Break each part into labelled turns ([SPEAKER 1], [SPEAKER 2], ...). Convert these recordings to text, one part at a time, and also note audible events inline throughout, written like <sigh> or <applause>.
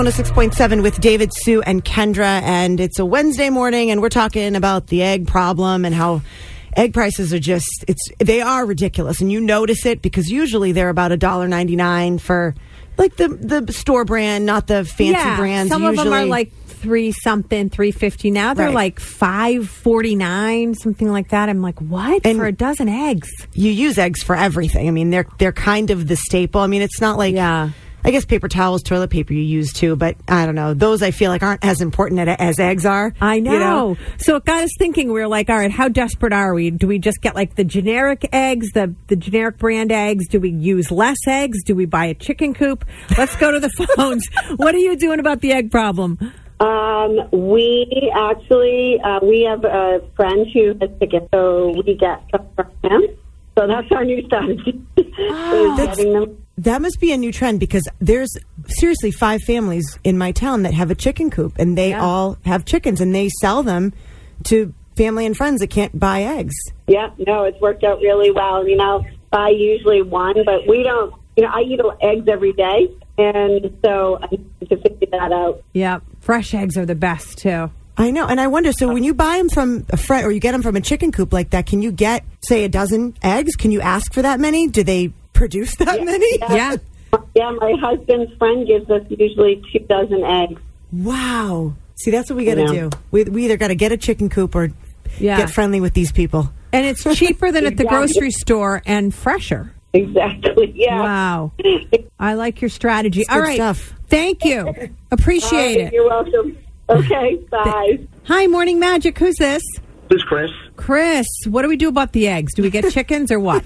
[SPEAKER 1] On a 6.7 with David, Sue, and Kendra. And it's a Wednesday morning, and we're talking about the egg problem and how egg prices are just, it's they are ridiculous. And you notice it because usually they're about $1.99 for like the, the store brand, not the fancy
[SPEAKER 2] yeah,
[SPEAKER 1] brands.
[SPEAKER 2] Some of them are
[SPEAKER 1] usually.
[SPEAKER 2] like three something, three fifty now. They're
[SPEAKER 1] Right.
[SPEAKER 2] like five forty nine, something like that. I'm like, what
[SPEAKER 1] And-
[SPEAKER 2] for a dozen eggs?
[SPEAKER 1] you use eggs for everything. I mean, they're they're kind of the staple. I mean, it's not like
[SPEAKER 2] Yeah.
[SPEAKER 1] I guess paper towels, toilet paper you use too, but I don't know. Those I feel like aren't as important at- as eggs are.
[SPEAKER 2] I know.
[SPEAKER 1] you
[SPEAKER 2] So it got us thinking. We were like, all right, how desperate are we? Do we just get like the generic eggs, the the generic brand eggs? Do we use less eggs? Do we buy a chicken coop? Let's go to the <laughs> phones. what are you doing about the egg problem?
[SPEAKER 3] Um, we actually uh, we have a friend who has tickets, so we get stuff from him. <laughs> So that's our new
[SPEAKER 2] Ah.
[SPEAKER 3] strategy. is
[SPEAKER 1] That's-
[SPEAKER 3] getting them.
[SPEAKER 1] That must be a new trend because there's seriously five families in my town that have a chicken coop and they all have chickens and they sell them to family and friends that can't buy eggs.
[SPEAKER 3] Yeah, no, it's worked out really well. You know, buy usually one, but we don't. You know, I eat eggs every day, and so I need to figure that out.
[SPEAKER 2] Yeah, fresh eggs are the best too.
[SPEAKER 1] I know, and I wonder. So when you buy them from a friend or you get them from a chicken coop like that, can you get say a dozen eggs? Can you ask for that many? Do they produce that many?
[SPEAKER 2] Yeah.
[SPEAKER 3] Yeah, my husband's friend gives us usually two dozen eggs.
[SPEAKER 1] <laughs>
[SPEAKER 3] <laughs>
[SPEAKER 1] Wow. See, that's what we got to
[SPEAKER 3] Yeah.
[SPEAKER 1] do. We we either got to get a chicken coop or
[SPEAKER 2] Yeah.
[SPEAKER 1] get friendly with these people.
[SPEAKER 2] And it's cheaper than at the
[SPEAKER 3] Exactly.
[SPEAKER 2] grocery store and fresher.
[SPEAKER 3] Exactly. Yeah. <laughs>
[SPEAKER 2] Wow. I like your strategy. All
[SPEAKER 1] good
[SPEAKER 2] right.
[SPEAKER 1] stuff.
[SPEAKER 2] Thank you. Appreciate it.
[SPEAKER 3] You're welcome. Okay. Bye.
[SPEAKER 2] Hi, Morning Magic. Who's this?
[SPEAKER 4] This is Chris.
[SPEAKER 2] Chris. What do we do about the eggs? Do we get chickens or what?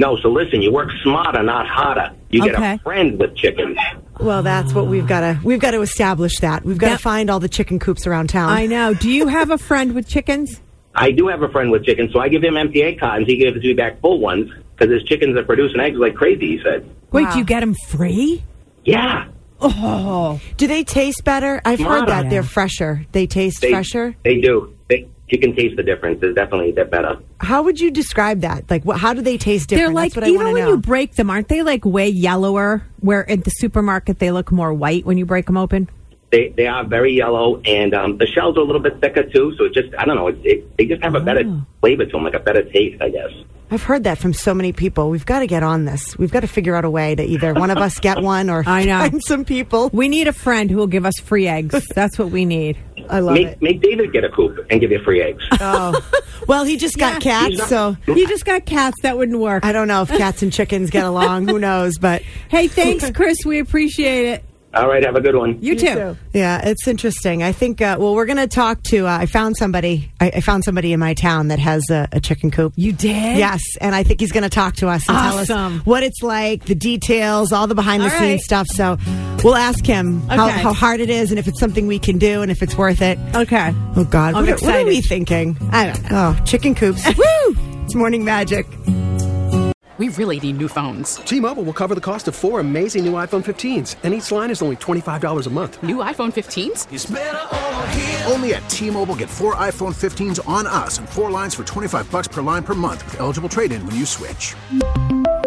[SPEAKER 4] No, so listen, you work smarter, not harder. You get
[SPEAKER 2] Okay.
[SPEAKER 4] a friend with chickens.
[SPEAKER 1] Well, that's what we've got to we've got to establish that. We've got to
[SPEAKER 2] That-
[SPEAKER 1] find all the chicken coops around town.
[SPEAKER 2] <laughs> I know. Do you have a friend with chickens?
[SPEAKER 4] I do have a friend with chickens, so I give him empty egg cartons. He gives me back full ones because his chickens are producing eggs like crazy, he said.
[SPEAKER 2] Wait,
[SPEAKER 1] Wow.
[SPEAKER 2] do you get them free?
[SPEAKER 4] Yeah.
[SPEAKER 2] Oh,
[SPEAKER 1] Do they taste better? I've heard that
[SPEAKER 2] Yeah.
[SPEAKER 1] they're fresher. They taste
[SPEAKER 4] They,
[SPEAKER 1] fresher.
[SPEAKER 4] They do. They, you can taste the difference. There's definitely, they're better.
[SPEAKER 1] How would you describe that? Like, what, how do they taste different?
[SPEAKER 2] they're like
[SPEAKER 1] that's what I
[SPEAKER 2] even
[SPEAKER 1] wanna
[SPEAKER 2] when
[SPEAKER 1] know.
[SPEAKER 2] you break them, aren't they like way yellower? Where at the supermarket they look more white when you break them open.
[SPEAKER 4] They, they are very yellow, and um, the shells are a little bit thicker, too. So it just, I don't know, it, it, they just have a better
[SPEAKER 1] Oh.
[SPEAKER 4] flavor to them, like a better taste, I guess.
[SPEAKER 1] I've heard that from so many people. We've got to get on this. We've got to figure out a way to either one of us get one or
[SPEAKER 2] <laughs> I know.
[SPEAKER 1] find some people.
[SPEAKER 2] We need a friend who will give us free eggs. <laughs> That's what we need.
[SPEAKER 1] I love
[SPEAKER 4] Make,
[SPEAKER 1] it.
[SPEAKER 4] make David get a coop and give you free eggs.
[SPEAKER 1] Oh, well, he just got
[SPEAKER 2] Yeah.
[SPEAKER 1] cats, so
[SPEAKER 2] You just got cats. That wouldn't work.
[SPEAKER 1] I don't know if cats and chickens get along. Who knows? But
[SPEAKER 2] Hey, <laughs> thanks, Chris. We appreciate it.
[SPEAKER 4] All right, have a good one.
[SPEAKER 2] You, too.
[SPEAKER 1] yeah, it's interesting. I think. Uh, well, we're going to talk to. Uh, I found somebody. I, I found somebody in my town that has a, a chicken coop.
[SPEAKER 2] You did?
[SPEAKER 1] Yes, and I think he's going to talk to us and tell
[SPEAKER 2] Awesome.
[SPEAKER 1] us what it's like, the details, all the behind the
[SPEAKER 2] All
[SPEAKER 1] scenes stuff.
[SPEAKER 2] right.
[SPEAKER 1] So we'll ask him how,
[SPEAKER 2] Okay.
[SPEAKER 1] how hard it is and if it's something we can do and if it's worth it.
[SPEAKER 2] Okay.
[SPEAKER 1] Oh God,
[SPEAKER 2] I'm
[SPEAKER 1] what, are- what are
[SPEAKER 2] excited.
[SPEAKER 1] we thinking? I don't know. Oh, chicken
[SPEAKER 2] <laughs>
[SPEAKER 1] coops. Woo! It's morning magic.
[SPEAKER 5] We really need new phones.
[SPEAKER 6] T-Mobile will cover the cost of four amazing new iPhone 15s, and each line is only $25 a month.
[SPEAKER 5] New iPhone 15s?
[SPEAKER 7] Only at T-Mobile, get four iPhone 15s on us and four lines for 25 bucks per line per month with eligible trade-in when you switch.